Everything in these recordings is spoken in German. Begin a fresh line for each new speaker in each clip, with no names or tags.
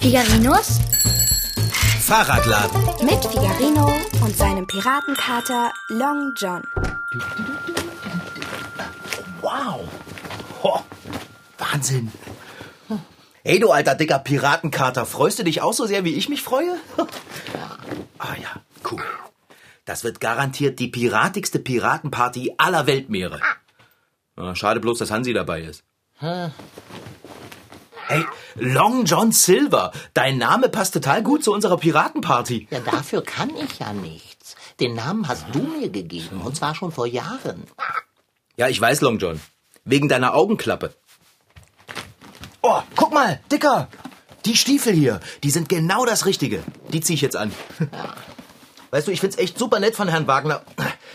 Figarinos
Fahrradladen.
Mit Figarino und seinem Piratenkater Long John.
Wow. Ho. Wahnsinn. Hey du alter dicker Piratenkater, freust du dich auch so sehr, wie ich mich freue? ah ja, cool. Das wird garantiert die piratigste Piratenparty aller Weltmeere. Ah, Schade bloß, dass Hansi dabei ist. Hey, Long John Silver, dein Name passt total gut zu unserer Piratenparty.
Ja, dafür kann ich ja nichts. Den Namen hast du mir gegeben, und zwar schon vor Jahren.
Ja, ich weiß, Long John. Wegen deiner Augenklappe. Oh, guck mal, Dicker. Die Stiefel hier, die sind genau das Richtige. Die zieh ich jetzt an. Weißt du, ich find's echt super nett von Herrn Wagner,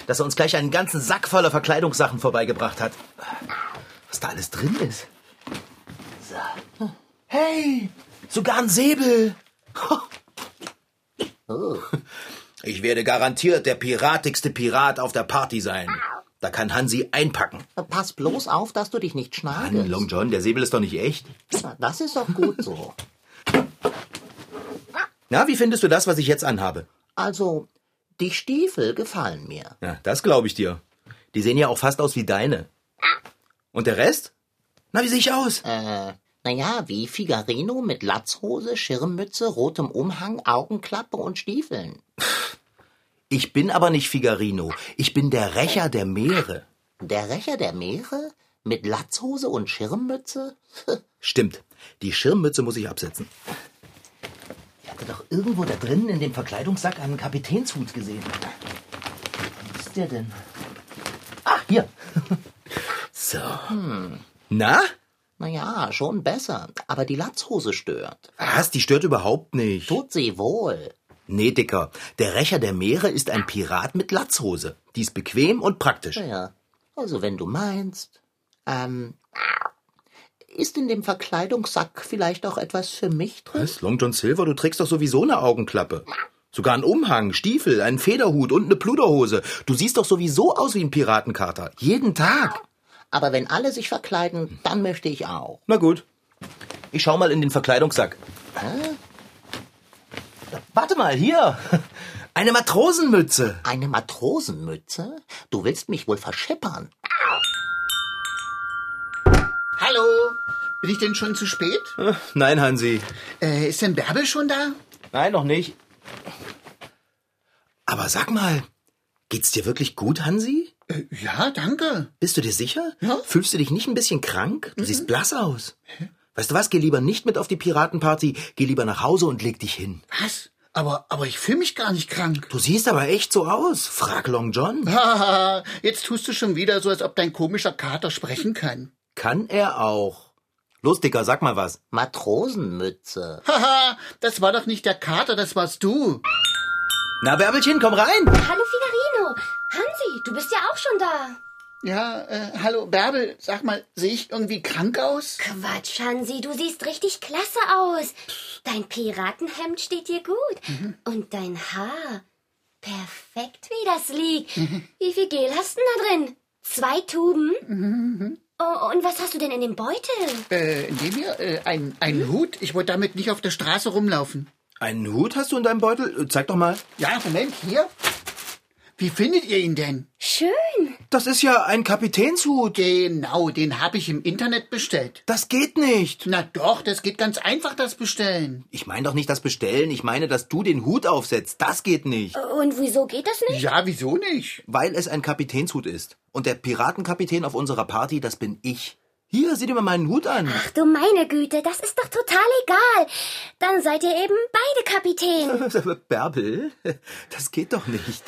dass er uns gleich einen ganzen Sack voller Verkleidungssachen vorbeigebracht hat. Was da alles drin ist. So. Hey, sogar ein Säbel. Ich werde garantiert der piratigste Pirat auf der Party sein. Da kann Hansi einpacken.
Pass bloß auf, dass du dich nicht
Mann,
schnagelst.
Hm, Long John, der Säbel ist doch nicht echt.
Na, Das ist doch gut so.
Na, wie findest du das, was ich jetzt anhabe?
Also, die Stiefel gefallen mir.
Ja, das glaube ich dir. Die sehen ja auch fast aus wie deine. Und der Rest? Na, wie sehe ich aus?
Äh, naja, wie Figarino mit Latzhose, Schirmmütze, rotem Umhang, Augenklappe und Stiefeln.
Ich bin aber nicht Figarino. Ich bin der Rächer der Meere.
Der Rächer der Meere? Mit Latzhose und Schirmmütze?
Stimmt. Die Schirmmütze muss ich absetzen.
Ich hatte doch
Irgendwo da drinnen in dem Verkleidungssack einen Kapitänshut gesehen.
ist der denn?
Ah, hier. So. Na?
Naja, schon besser. Aber die Latzhose stört.
Was? Die stört überhaupt nicht.
Tut sie wohl.
Nee, Dicker. Der Rächer der Meere ist ein Pirat mit Latzhose. Die ist bequem und praktisch.
Ja, also wenn du meinst. Ähm, ist in dem Verkleidungssack vielleicht auch etwas für mich drin?
Was? Long John Silver, du trägst doch sowieso eine Augenklappe. Sogar einen Umhang, Stiefel, einen Federhut und eine Pluderhose. Du siehst doch sowieso aus wie ein Piratenkater. Jeden Tag.
Aber wenn alle sich verkleiden, dann möchte ich auch.
Na gut. Ich schau mal in den Verkleidungssack. Warte mal, hier. Eine Matrosenmütze.
Eine Matrosenmütze? Du willst mich wohl verscheppern.
Hallo, bin ich denn schon zu spät?
Nein, Hansi.
Äh, ist denn Bärbel schon da?
Nein, noch nicht. Aber sag mal, geht's dir wirklich gut, Hansi?
Äh, ja, danke.
Bist du dir sicher?
Ja.
Fühlst du dich nicht ein bisschen krank? Du siehst blass aus. Weißt du was, geh lieber nicht mit auf die Piratenparty, geh lieber nach Hause und leg dich hin.
Was? Aber, aber ich fühle mich gar nicht krank.
Du siehst aber echt so aus, frag Long John.
Haha, jetzt tust du schon wieder so, als ob dein komischer Kater sprechen kann.
Kann er auch. Los, Dicker, sag mal was.
Matrosenmütze.
Haha, das war doch nicht der Kater, das warst du.
Na, Bärbelchen, komm rein.
Hallo Figarino. Hansi, du bist ja auch schon da.
Ja, äh, hallo Bärbel, sag mal, sehe ich irgendwie krank aus?
Quatsch, Hansi, du siehst richtig klasse aus. Dein Piratenhemd steht dir gut. Und dein Haar. Perfekt, wie das liegt. Wie viel Gel hast du denn da drin? Zwei Tuben? Oh, und was hast du denn in dem Beutel?
Äh, nehm mir äh, ein, einen Hut. Ich wollte damit nicht auf der Straße rumlaufen.
Einen Hut hast du in deinem Beutel? Äh, Zeig doch mal.
Ja, Moment, hier. Wie findet ihr ihn denn?
Schön.
Das ist ja ein Kapitänshut.
Genau, den habe ich im Internet bestellt.
Das geht nicht.
Na doch, das geht ganz einfach, das Bestellen.
Ich meine doch nicht das Bestellen, ich meine, dass du den Hut aufsetzt. Das geht nicht.
Und wieso geht das nicht?
Ja, wieso nicht?
Weil es ein Kapitänshut ist. Und der Piratenkapitän auf unserer Party, das bin ich. Hier, sieh dir mal meinen Hut an.
Ach du meine Güte, das ist doch total egal. Dann seid ihr eben beide Kapitän.
Bärbel, das geht doch nicht.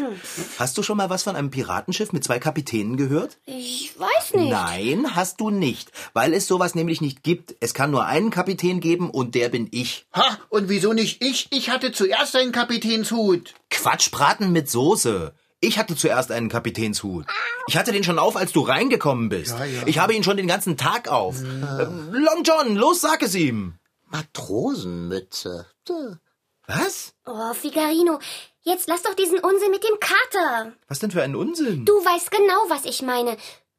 Hast du schon mal was von einem Piratenschiff mit zwei Kapitänen gehört?
Ich weiß nicht.
Nein, hast du nicht. Weil es sowas nämlich nicht gibt. Es kann nur einen Kapitän geben und der bin ich.
Ha, und wieso nicht ich? Ich hatte zuerst einen Kapitänshut.
Quatschbraten mit Soße. Ich hatte zuerst einen Kapitänshut. Ich hatte den schon auf, als du reingekommen bist. Ich habe ihn schon den ganzen Tag auf. Ähm, Long John, los, sag es ihm.
Matrosenmütze. Tö.
Was?
Oh, Figarino, jetzt lass doch diesen Unsinn mit dem Kater.
Was denn für ein Unsinn?
Du weißt genau, was ich meine.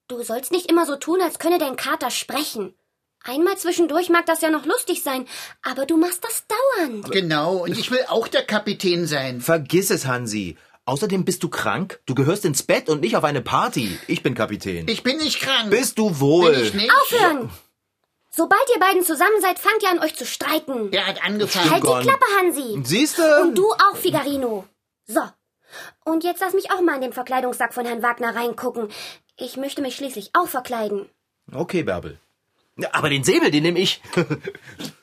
Du sollst nicht immer so tun, als könne dein Kater sprechen. Einmal zwischendurch mag das ja noch lustig sein, aber du machst das dauernd.
Genau, und ich will auch der Kapitän sein.
Vergiss es, Hansi. Außerdem bist du krank. Du gehörst ins Bett und nicht auf eine Party. Ich bin Kapitän.
Ich bin nicht krank.
bist du wohl?
bin ich nicht.
Aufhören! Sobald ihr beiden zusammen seid, fangt ihr an, euch zu streiten.
Der hat angefangen.
halt
Gordon.
die Klappe, Hansi.
Siehst du?
Und du auch, Figarino. So. Und jetzt lass mich auch mal in den Verkleidungssack von Herrn Wagner reingucken. Ich möchte mich schließlich auch verkleiden.
Okay, Bärbel. Ja, Aber den Säbel, den nehme ich.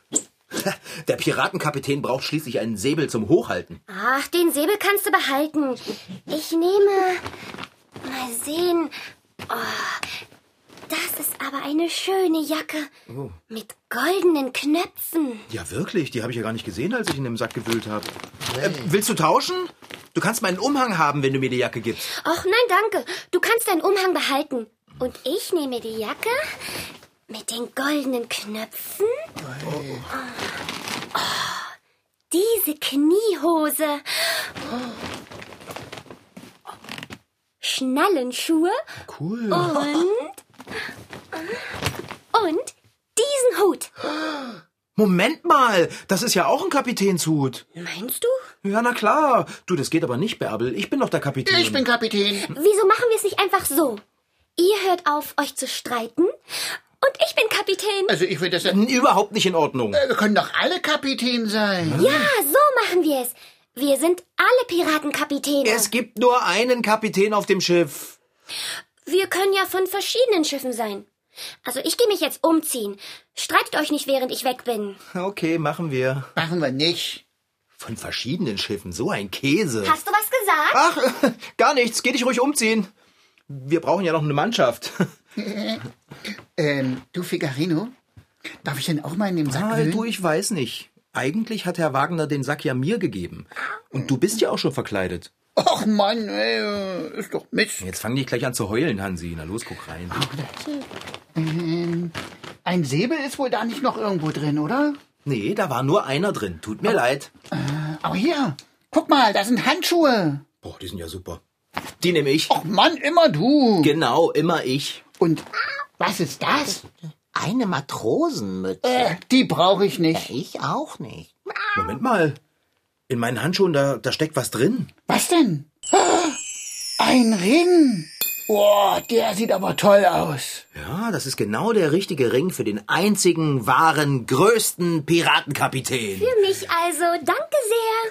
Der Piratenkapitän braucht schließlich einen Säbel zum Hochhalten.
Ach, den Säbel kannst du behalten. Ich nehme. Mal sehen. Oh, das ist aber eine schöne Jacke. Mit goldenen Knöpfen.
Ja, wirklich, die habe ich ja gar nicht gesehen, als ich in dem Sack gewühlt habe. Äh, willst du tauschen? Du kannst meinen Umhang haben, wenn du mir die Jacke gibst.
Och, nein, danke. Du kannst deinen Umhang behalten. Und ich nehme die Jacke mit den goldenen Knöpfen. Oh. diese Kniehose. Schnallenschuhe.
Cool.
Und. Und diesen Hut.
Moment mal, das ist ja auch ein Kapitänshut.
Meinst du?
Ja, na klar. Du, das geht aber nicht, Bärbel. Ich bin doch der Kapitän.
Ich bin Kapitän.
Wieso machen wir es nicht einfach so? Ihr hört auf, euch zu streiten. Und ich bin Kapitän.
Also ich will das ja...
Überhaupt nicht in Ordnung.
Wir können doch alle Kapitän sein.
Ja, so machen wir es. Wir sind alle Piratenkapitäne.
Es gibt nur einen Kapitän auf dem Schiff.
Wir können ja von verschiedenen Schiffen sein. Also ich gehe mich jetzt umziehen. Streitet euch nicht, während ich weg bin.
Okay, machen wir.
Machen wir nicht.
Von verschiedenen Schiffen, so ein Käse.
Hast du was gesagt?
Ach, gar nichts. Geh dich ruhig umziehen. Wir brauchen ja noch eine Mannschaft.
Ähm, du Figarino, darf ich denn auch mal in dem Sack
Ah,
wühlen?
du, ich weiß nicht. Eigentlich hat Herr Wagner den Sack ja mir gegeben. Und du bist ja auch schon verkleidet.
Och Mann, ey, ist doch Mist.
Jetzt fang nicht gleich an zu heulen, Hansi. Na los, guck rein.
Ähm, ein Säbel ist wohl da nicht noch irgendwo drin, oder?
Nee, da war nur einer drin. Tut mir leid.
Aber hier, guck mal, da sind Handschuhe.
Boah, die sind ja super. Oh. Die nehme ich.
Och Mann, immer du.
Genau, immer ich.
Und was ist das?
Eine Matrosenmütze.
Äh, die brauche ich nicht.
Ich auch nicht.
Moment mal. In meinen Handschuhen, da, da steckt was drin.
Was denn? Ah, Ein Ring. Boah, der sieht aber toll aus.
Ja, das ist genau der richtige Ring für den einzigen, wahren, größten Piratenkapitän.
Für mich also. Danke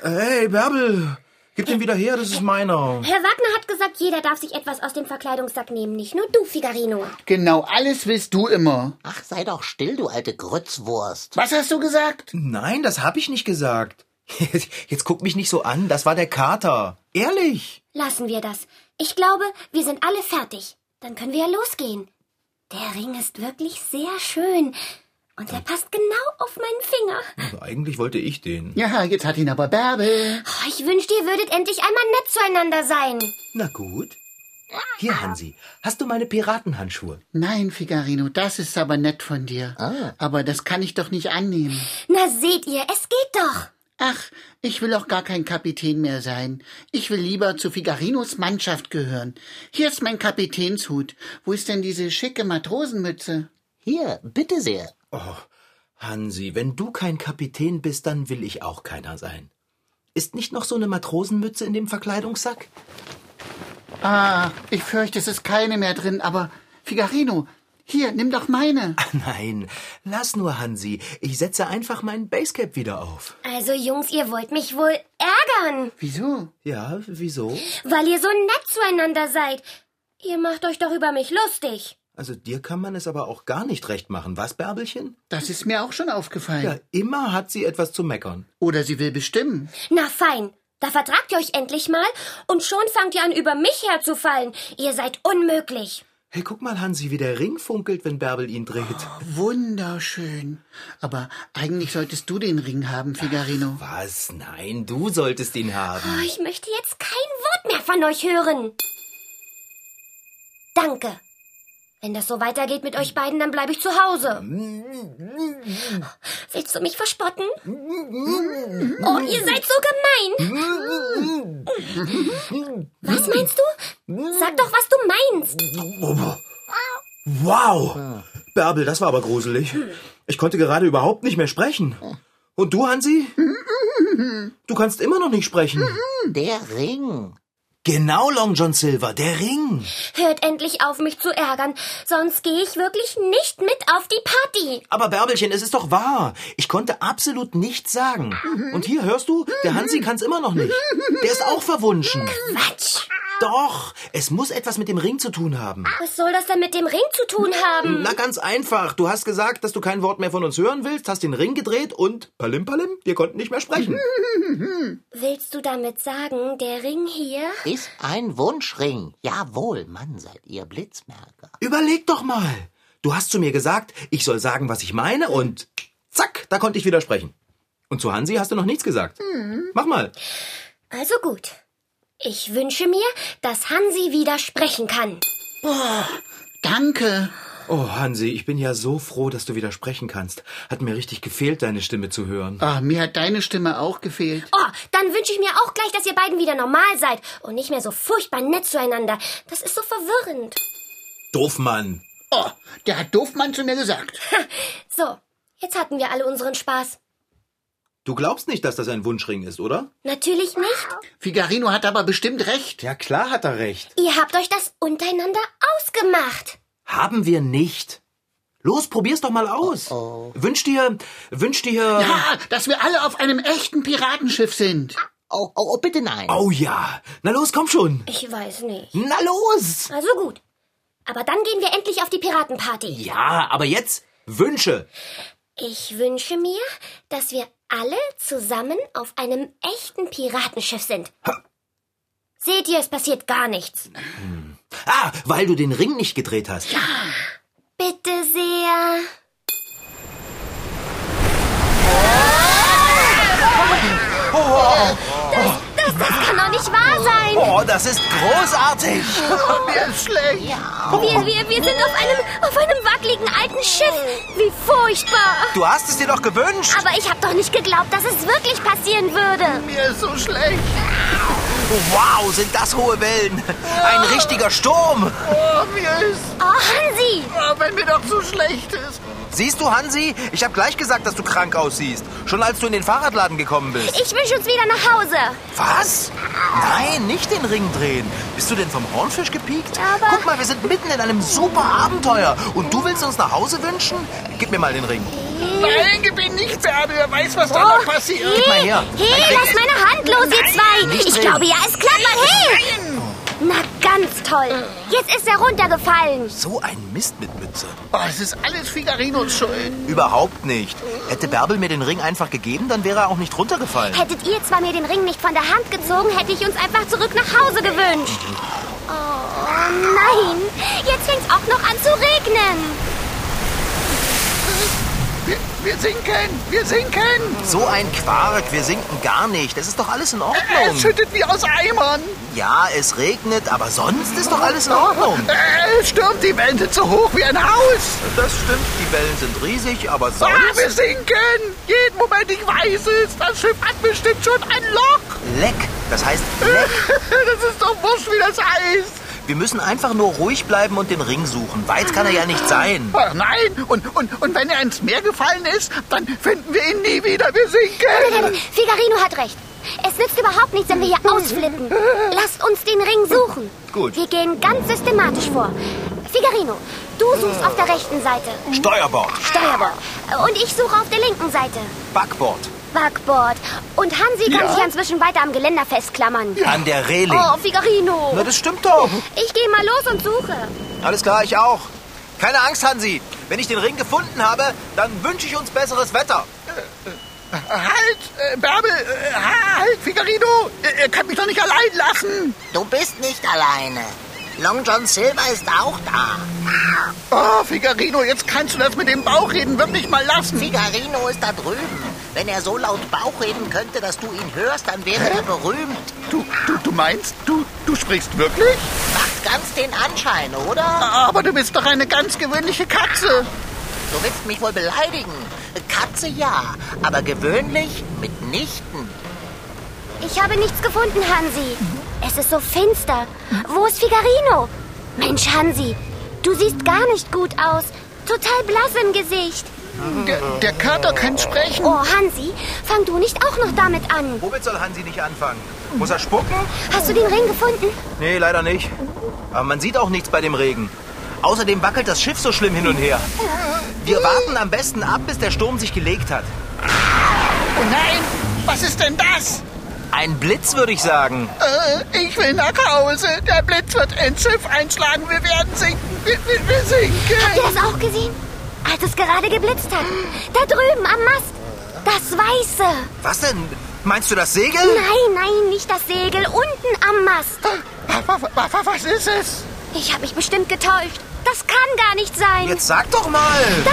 sehr.
Hey, Bärbel, gib den wieder her, das ist meiner.
Herr Wagner hat gesagt, jeder darf sich etwas aus dem Verkleidungssack nehmen. Nicht nur du, Figarino.
Genau, alles willst du immer.
Ach, sei doch still, du alte Grützwurst.
Was hast du gesagt?
Nein, das hab ich nicht gesagt. Jetzt guck mich nicht so an, das war der Kater. Ehrlich?
Lassen wir das. Ich glaube, wir sind alle fertig. Dann können wir ja losgehen. Der Ring ist wirklich sehr schön. Und er passt genau auf meinen Finger.
Also eigentlich wollte ich den.
Ja, jetzt hat ihn aber Bärbel.
Oh, ich wünschte, ihr würdet endlich einmal nett zueinander sein.
Na gut. Hier, Hansi, hast du meine Piratenhandschuhe?
Nein, Figarino, das ist aber nett von dir. Aber das kann ich doch nicht annehmen.
Na seht ihr, es geht doch.
Ach, ich will auch gar kein Kapitän mehr sein. Ich will lieber zu Figarinos Mannschaft gehören. Hier ist mein Kapitänshut. Wo ist denn diese schicke Matrosenmütze?
Hier, bitte sehr.
Oh, Hansi, wenn du kein Kapitän bist, dann will ich auch keiner sein. Ist nicht noch so eine Matrosenmütze in dem Verkleidungssack?
Ah, ich fürchte, es ist keine mehr drin, aber Figarino, hier, nimm doch meine.
Nein, lass nur, Hansi. Ich setze einfach meinen Basecap wieder auf.
Also Jungs, ihr wollt mich wohl ärgern,
Wieso?
Ja, wieso?
weil ihr so nett zueinander seid. Ihr macht euch doch über mich lustig.
Also dir kann man es aber auch gar nicht recht machen, was, Bärbelchen?
Das ist mir auch schon aufgefallen.
Ja, immer hat sie etwas zu meckern.
Oder sie will bestimmen.
Na fein, da vertragt ihr euch endlich mal und schon fangt ihr an, über mich herzufallen. Ihr seid unmöglich.
Hey, guck mal, Hansi, wie der Ring funkelt, wenn Bärbel ihn dreht.
Wunderschön. Aber eigentlich solltest du den Ring haben, Figarino.
Was? Nein, du solltest ihn haben.
Oh, ich möchte jetzt kein Wort mehr von euch hören. Danke. Wenn das so weitergeht mit euch beiden, dann bleibe ich zu Hause. Willst du mich verspotten? Oh, ihr seid so gemein. Was meinst du? Sag doch, was du meinst.
Wow! Bärbel, das war aber gruselig. Ich konnte gerade überhaupt nicht mehr sprechen. Und du, Hansi? Du kannst immer noch nicht sprechen.
Der Ring.
Genau, Long John Silver, der Ring.
Hört endlich auf, mich zu ärgern, sonst gehe ich wirklich nicht mit auf die Party.
Aber Bärbelchen, es ist doch wahr. Ich konnte absolut nichts sagen. Und hier hörst du, der Hansi kann's immer noch nicht. Der ist auch verwunschen.
Quatsch!
Doch, es muss etwas mit dem Ring zu tun haben.
Was soll das denn mit dem Ring zu tun haben?
Na ganz einfach. Du hast gesagt, dass du kein Wort mehr von uns hören willst, hast den Ring gedreht und palim palim, wir konnten nicht mehr sprechen.
Willst du damit sagen, der Ring hier?
Ist ein Wunschring. Jawohl, Mann, seid ihr Blitzmerker.
Überleg doch mal. Du hast zu mir gesagt, ich soll sagen, was ich meine und zack, da konnte ich wieder sprechen. Und zu Hansi hast du noch nichts gesagt. Mach mal.
Also gut. Ich wünsche mir, dass Hansi wieder sprechen kann.
Danke.
Oh, Hansi, ich bin ja so froh, dass du wieder sprechen kannst. Hat mir richtig gefehlt, deine Stimme zu hören.
Ah, mir hat deine Stimme auch gefehlt.
Oh, dann wünsche ich mir auch gleich, dass ihr beiden wieder normal seid und nicht mehr so furchtbar nett zueinander. Das ist so verwirrend.
Doof, Mann.
Oh, der hat Doofmann zu mir gesagt.
So, jetzt hatten wir alle unseren Spaß.
Du glaubst nicht, dass das ein Wunschring ist, oder?
Natürlich nicht.
Figarino hat aber bestimmt recht.
Ja, klar hat er recht.
Ihr habt euch das untereinander ausgemacht.
Haben wir nicht. Los, probier's doch mal aus. Wünsch dir, wünsch dir.
Ja, Ah, dass wir alle auf einem echten Piratenschiff sind.
Oh, oh, oh bitte nein.
Oh ja. Na los, komm schon.
Ich weiß nicht.
Na los.
Also gut. Aber dann gehen wir endlich auf die Piratenparty.
Ja, aber jetzt Wünsche.
Ich wünsche mir, dass wir alle zusammen auf einem echten Piratenschiff sind. Seht ihr, es passiert gar nichts.
Ah, weil du den Ring nicht gedreht hast. Ja.
Bitte sehr. Das, das, das kann doch nicht wahr sein.
Oh, das ist großartig.
Mir ist schlecht.
Wir, wir, wir sind auf einem, auf einem wackeligen alten Schiff. Wie furchtbar.
Du hast es dir doch gewünscht.
Aber ich habe doch nicht geglaubt, dass es wirklich passieren würde.
Mir ist so schlecht.
Ah. Wow, sind das hohe Wellen. Ein richtiger Sturm.
Oh, mir ist.
Oh, Hansi!
Oh, wenn mir doch so schlecht ist.
Siehst du, Hansi? Ich habe gleich gesagt, dass du krank aussiehst. Schon als du in den Fahrradladen gekommen bist.
Ich wünsche uns wieder nach Hause.
Was? Nein, nicht den Ring drehen. Bist du denn vom Hornfisch gepiekt?
Aber-
Guck mal, wir sind mitten in einem super Abenteuer. Und du willst uns nach Hause wünschen? Gib mir mal den Ring.
Nein, gib ihn nicht, Bärbel. Wer weiß, was da noch passiert.
Gib mal her.
Hey, lass meine Hand los, ihr zwei. Ich glaube ja, es klappt mal. Hey! Na, ganz toll. Jetzt ist er runtergefallen.
So ein Mist mit Mütze.
Oh, es ist alles Figarinos Schuld.
Überhaupt nicht. Hätte Bärbel mir den Ring einfach gegeben, dann wäre er auch nicht runtergefallen.
Hättet ihr zwar mir den Ring nicht von der Hand gezogen, hätte ich uns einfach zurück nach Hause gewünscht. Oh nein, jetzt fängt's auch noch an zu regnen.
Wir, wir sinken, wir sinken.
So ein Quark, wir sinken gar nicht. Das ist doch alles in
Es
Ordnung.
schüttet wie aus Eimern.
Ja, es regnet, aber sonst ist doch alles in Ordnung.
Äh, Es stürmt die Wellen sind so hoch wie ein Haus.
Das stimmt, die Wellen sind riesig, aber
Ah,
sonst...
wir sinken. Jeden Moment, ich weiß es. Das Schiff hat bestimmt schon ein Loch.
Leck, das heißt leck.
Das ist doch wurscht, wie das heißt.
Wir müssen einfach nur ruhig bleiben und den Ring suchen. Weit kann er ja nicht sein.
Ach nein, und, und, und wenn er ins Meer gefallen ist, dann finden wir ihn nie wieder. Wir sinken.
Figarino hat recht. Es nützt überhaupt nichts, wenn wir hier ausflippen. Lasst uns den Ring suchen.
Gut.
Wir gehen ganz systematisch vor. Figarino, du suchst auf der rechten Seite.
Steuerbord,
Steuerbord. Und ich suche auf der linken Seite.
Backbord,
Backbord. Und Hansi kann
Ja?
sich ja inzwischen weiter am Geländer festklammern.
an der Reling.
Oh, Figarino.
Na, das stimmt doch.
Ich gehe mal los und suche.
Alles klar, ich auch. Keine Angst, Hansi. Wenn ich den Ring gefunden habe, dann wünsche ich uns besseres Wetter.
Halt, äh, Bärbel, äh, halt, Figarino. Ihr, ihr könnt mich doch nicht allein lassen.
Du bist nicht alleine. Long John Silver ist auch da.
Oh, Figarino, jetzt kannst du das mit dem Bauchreden wirklich mal lassen.
Figarino ist da drüben. Wenn er so laut Bauch reden könnte, dass du ihn hörst, dann wäre er berühmt.
Du, du, du meinst, du, du sprichst wirklich?
Macht ganz den Anschein,
Ah.
oder?
Aber du bist doch eine ganz gewöhnliche Katze.
Du willst mich wohl beleidigen. Katze ja, aber gewöhnlich mitnichten.
Ich habe nichts gefunden, Hansi. Es ist so finster. Wo ist Figarino? Mensch, Hansi, du siehst gar nicht gut aus. Total blass im Gesicht.
Der, der Kater kann sprechen.
Oh, Hansi, fang du nicht auch noch damit an.
Womit soll Hansi nicht anfangen? Muss er spucken?
Hast du den Ring gefunden?
Nee, leider nicht. Aber man sieht auch nichts bei dem Regen. Außerdem wackelt das Schiff so schlimm hin und her. Wir warten am besten ab, bis der Sturm sich gelegt hat.
Oh nein, was ist denn das?
Ein Blitz, würde ich sagen.
Äh, ich will nach Hause. Der Blitz wird ins Schiff einschlagen. Wir werden sinken. Wir, wir, wir
Habt ihr
sinken.
das auch gesehen? Als es gerade geblitzt hat. Da drüben am Mast. Das Weiße.
Was denn? Meinst du das Segel?
Nein, nein, nicht das Segel. Unten am Mast.
Wa- wa- wa- wa- Was ist es?
Ich habe mich bestimmt getäuscht. Das kann gar nicht sein.
Jetzt sag doch mal.
Da,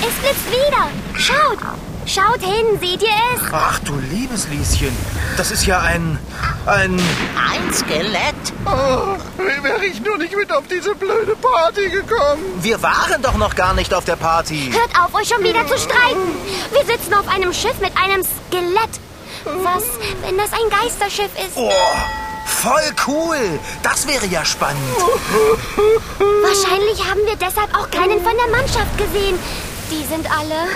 es blitzt wieder. Schaut. Schaut hin, seht ihr es?
Ach du liebes Lieschen. Das ist ja ein... ein...
Ein Skelett?
Oh, wäre ich nur nicht mit auf diese blöde Party gekommen.
Wir waren doch noch gar nicht auf der Party.
Hört auf, euch schon wieder zu streiten. Wir sitzen auf einem Schiff mit einem Skelett. Was, wenn das ein Geisterschiff ist?
Oh, voll cool. Das wäre ja spannend.
Wahrscheinlich haben wir deshalb auch keinen von der Mannschaft gesehen. Die sind alle.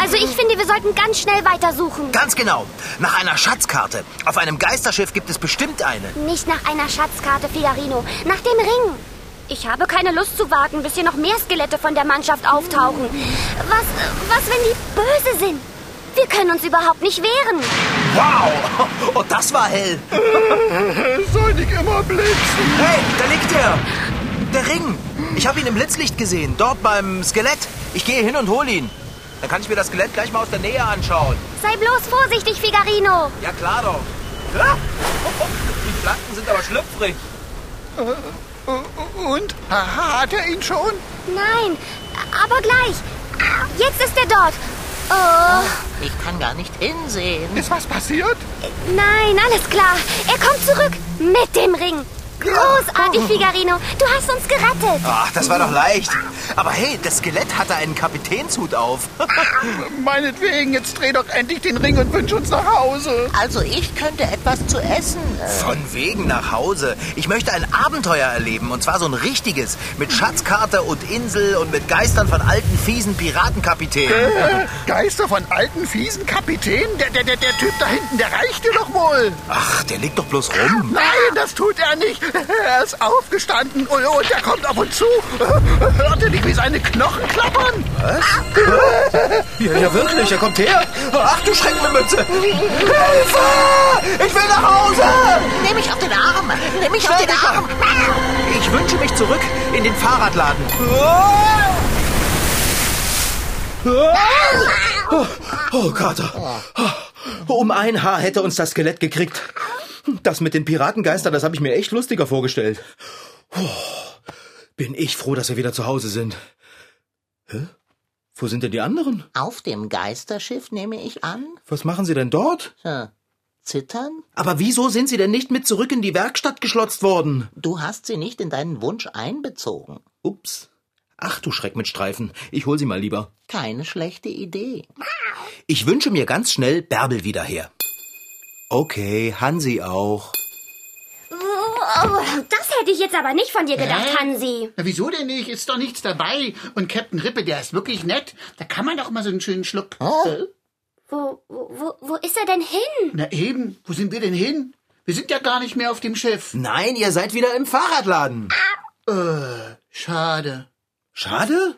Also ich finde, wir sollten ganz schnell weitersuchen.
Ganz genau. Nach einer Schatzkarte. Auf einem Geisterschiff gibt es bestimmt eine.
Nicht nach einer Schatzkarte, Filarino. Nach dem Ring. Ich habe keine Lust zu warten, bis hier noch mehr Skelette von der Mannschaft auftauchen. Was, was, wenn die böse sind? Wir können uns überhaupt nicht wehren.
Wow. Oh, das war hell.
Es soll nicht immer blitzen.
Hey, da liegt er. Der Ring. Ich habe ihn im Blitzlicht gesehen. Dort beim Skelett. Ich gehe hin und hol ihn. Dann kann ich mir das Skelett gleich mal aus der Nähe anschauen.
Sei bloß vorsichtig, Figarino.
Ja, klar doch. Ah! Die Flanken sind aber schlüpfrig.
Und? Ha- Hat er ihn schon?
Nein, aber gleich. Jetzt ist er dort. Oh,
Ich kann gar nicht hinsehen.
Ist was passiert?
nein, alles klar. Er kommt zurück mit dem Ring. Großartig, Figarino. Du hast uns gerettet.
Ach, das war doch leicht. Aber hey, das Skelett hatte einen Kapitänshut auf.
Meinetwegen, jetzt dreh doch endlich den Ring und wünsch uns nach Hause.
Also ich könnte etwas zu essen. Äh,
Von wegen nach Hause. Ich möchte ein Abenteuer erleben. Und zwar so ein richtiges. Mit Schatzkarte und Insel und mit Geistern von alten, fiesen Piratenkapitänen.
Äh, Geister von alten, fiesen Kapitänen? Der, der, der, der Typ da hinten, der reichte doch wohl.
Ach, der liegt doch bloß rum.
Nein, das tut er nicht. Er ist aufgestanden und, und er kommt auf uns zu. Hört ihr nicht, wie seine Knochen klappern?
Ja, ja wirklich, er kommt her. Ach du Schreckenmütze. Hilfe! Ich will nach Hause!
Nimm mich auf den Arm! Nimm mich auf den Arm!
Ich wünsche mich zurück in den Fahrradladen. Oh, oh Kater. Um ein Haar hätte uns das Skelett gekriegt. Das mit den Piratengeistern, das habe ich mir echt lustiger vorgestellt. Puh, Bin ich froh, dass wir wieder zu Hause sind. Hä? Wo sind denn die anderen?
Auf dem Geisterschiff nehme ich an?
Was machen sie denn dort?
Hm. Zittern?
Aber wieso sind sie denn nicht mit zurück in die Werkstatt geschlotzt worden?
Du hast sie nicht in deinen Wunsch einbezogen.
Ups. Ach du Schreck mit Streifen. Ich hol sie mal lieber.
Keine schlechte Idee.
Ich wünsche mir ganz schnell Bärbel wieder her. Okay, Hansi auch.
Oh, das hätte ich jetzt aber nicht von dir gedacht, Hansi.
Na, wieso denn nicht? Ist doch nichts dabei. Und Captain Rippe, der ist wirklich nett. Da kann man doch mal so einen schönen Schluck. Äh,
Wo, wo, wo ist er denn hin?
Na eben, wo sind wir denn hin? Wir sind ja gar nicht mehr auf dem Schiff.
Nein, ihr seid wieder im Fahrradladen.
Äh, schade.
Schade?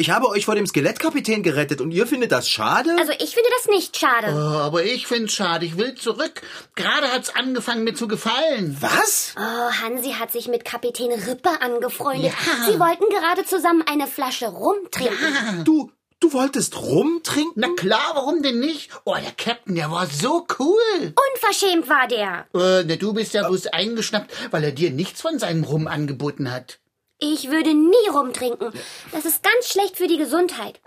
Ich habe euch vor dem Skelettkapitän gerettet und ihr findet das schade?
Also ich finde das nicht
Oh,
schade.
aber ich find's schade. Ich will zurück. Gerade hat's angefangen, mir zu gefallen.
Was?
Oh, Hansi hat sich mit Kapitän Rippe angefreundet. Sie wollten gerade zusammen eine Flasche Rum trinken.
Du, du wolltest rumtrinken?
Na klar, warum denn nicht? Oh, der Captain, der war so cool.
Unverschämt war der.
Äh, na, du bist ja bloß eingeschnappt, weil er dir nichts von seinem Rum angeboten hat.
Ich würde nie rumtrinken. Das ist ganz schlecht für die Gesundheit.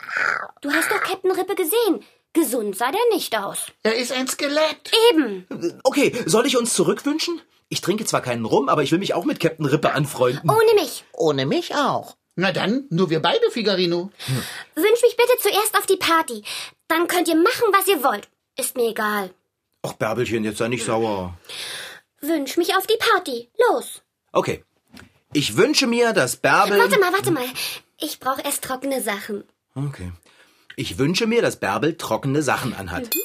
Du hast doch Captain Rippe gesehen. Gesund sah der nicht aus.
Er ist ein Skelett.
Eben.
Okay, soll ich uns zurückwünschen? Ich trinke zwar keinen Rum, aber ich will mich auch mit Captain Rippe anfreunden.
Ohne mich.
Ohne mich auch.
Na dann, nur wir beide, Figarino.
Wünsch mich bitte zuerst auf die Party. Dann könnt ihr machen, was ihr wollt. Ist mir egal.
Ach, Bärbelchen, jetzt sei nicht sauer.
Wünsch mich auf die Party. Los.
Okay. Ich wünsche mir, dass Bärbel...
Warte mal, warte mal. Ich brauche erst trockene Sachen.
Okay. Ich wünsche mir, dass Bärbel trockene Sachen anhat.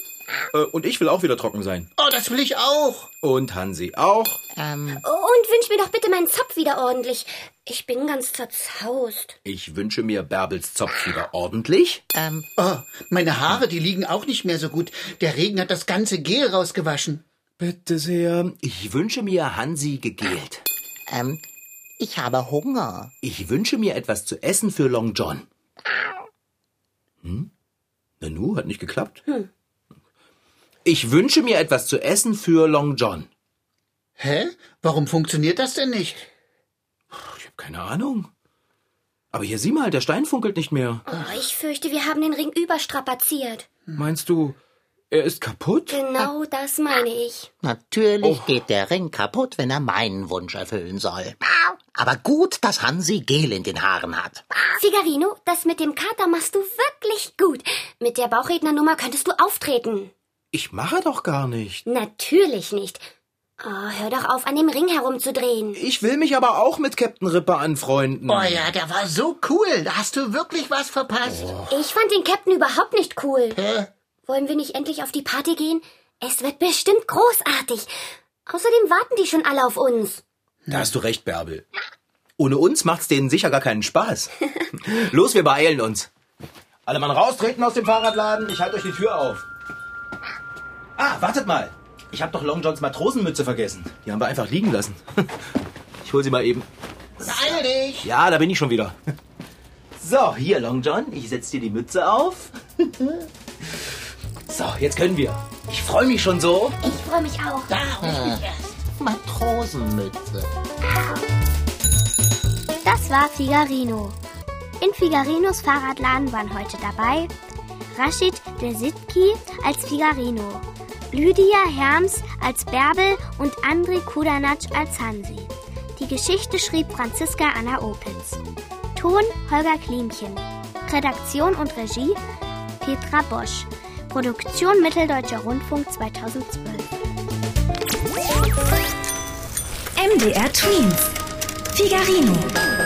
Äh, und ich will auch wieder trocken sein.
Oh, das will ich auch.
Und Hansi auch.
Ähm,
Und wünsch mir doch bitte meinen Zopf wieder ordentlich. Ich bin ganz zerzaust.
Ich wünsche mir Bärbels Zopf wieder ordentlich.
ähm,
Oh, meine Haare, die liegen auch nicht mehr so gut. Der Regen hat das ganze Gel rausgewaschen.
Bitte sehr. Ich wünsche mir Hansi gegelt.
ähm, ich habe Hunger.
Ich wünsche mir etwas zu essen für Long John. Hm? Nanu, hat nicht geklappt.
Hm.
Ich wünsche mir etwas zu essen für Long John.
Hä? Warum funktioniert das denn nicht?
Ich habe keine Ahnung. Aber hier sieh mal, der Stein funkelt nicht mehr.
Oh, ich fürchte, wir haben den Ring überstrapaziert.
Meinst du, er ist kaputt?
Genau das meine ich.
Natürlich
Oh.
geht der Ring kaputt, wenn er meinen Wunsch erfüllen soll. Aber gut, dass Hansi Gel in den Haaren hat.
Figarino, das mit dem Kater machst du wirklich gut. Mit der Bauchrednernummer könntest du auftreten.
Ich mache doch gar nicht.
Natürlich nicht. Oh, hör doch auf, an dem Ring herumzudrehen.
Ich will mich aber auch mit Captain Ripper anfreunden.
Oh ja, der war so cool. Da hast du wirklich was verpasst.
Ich fand den Captain überhaupt nicht cool. Wollen wir nicht endlich auf die Party gehen? Es wird bestimmt großartig. Außerdem warten die schon alle auf uns.
Da hast du recht, Bärbel. Ohne uns macht's denen sicher gar keinen Spaß. Los, wir beeilen uns. Alle Mann raustreten aus dem Fahrradladen. Ich halte euch die Tür auf. Ah, wartet mal. Ich habe doch Long Johns Matrosenmütze vergessen. Die haben wir einfach liegen lassen. Ich hol sie mal eben.
Beeil dich.
Ja, da bin ich schon wieder. So, hier, Long John. Ich setz dir die Mütze auf. So, jetzt können wir. Ich freue mich schon so.
Ich freue mich auch.
Matrosenmütze.
Das war Figarino. In Figarinos Fahrradladen waren heute dabei Rashid Desitki als Figarino, Lydia Herms als Bärbel und André Kudanatsch als Hansi. Die Geschichte schrieb Franziska Anna Opitz. Ton Holger Klimchen. Redaktion und Regie Petra Bosch. Produktion Mitteldeutscher Rundfunk 2012.
MDR Twins. Figarino.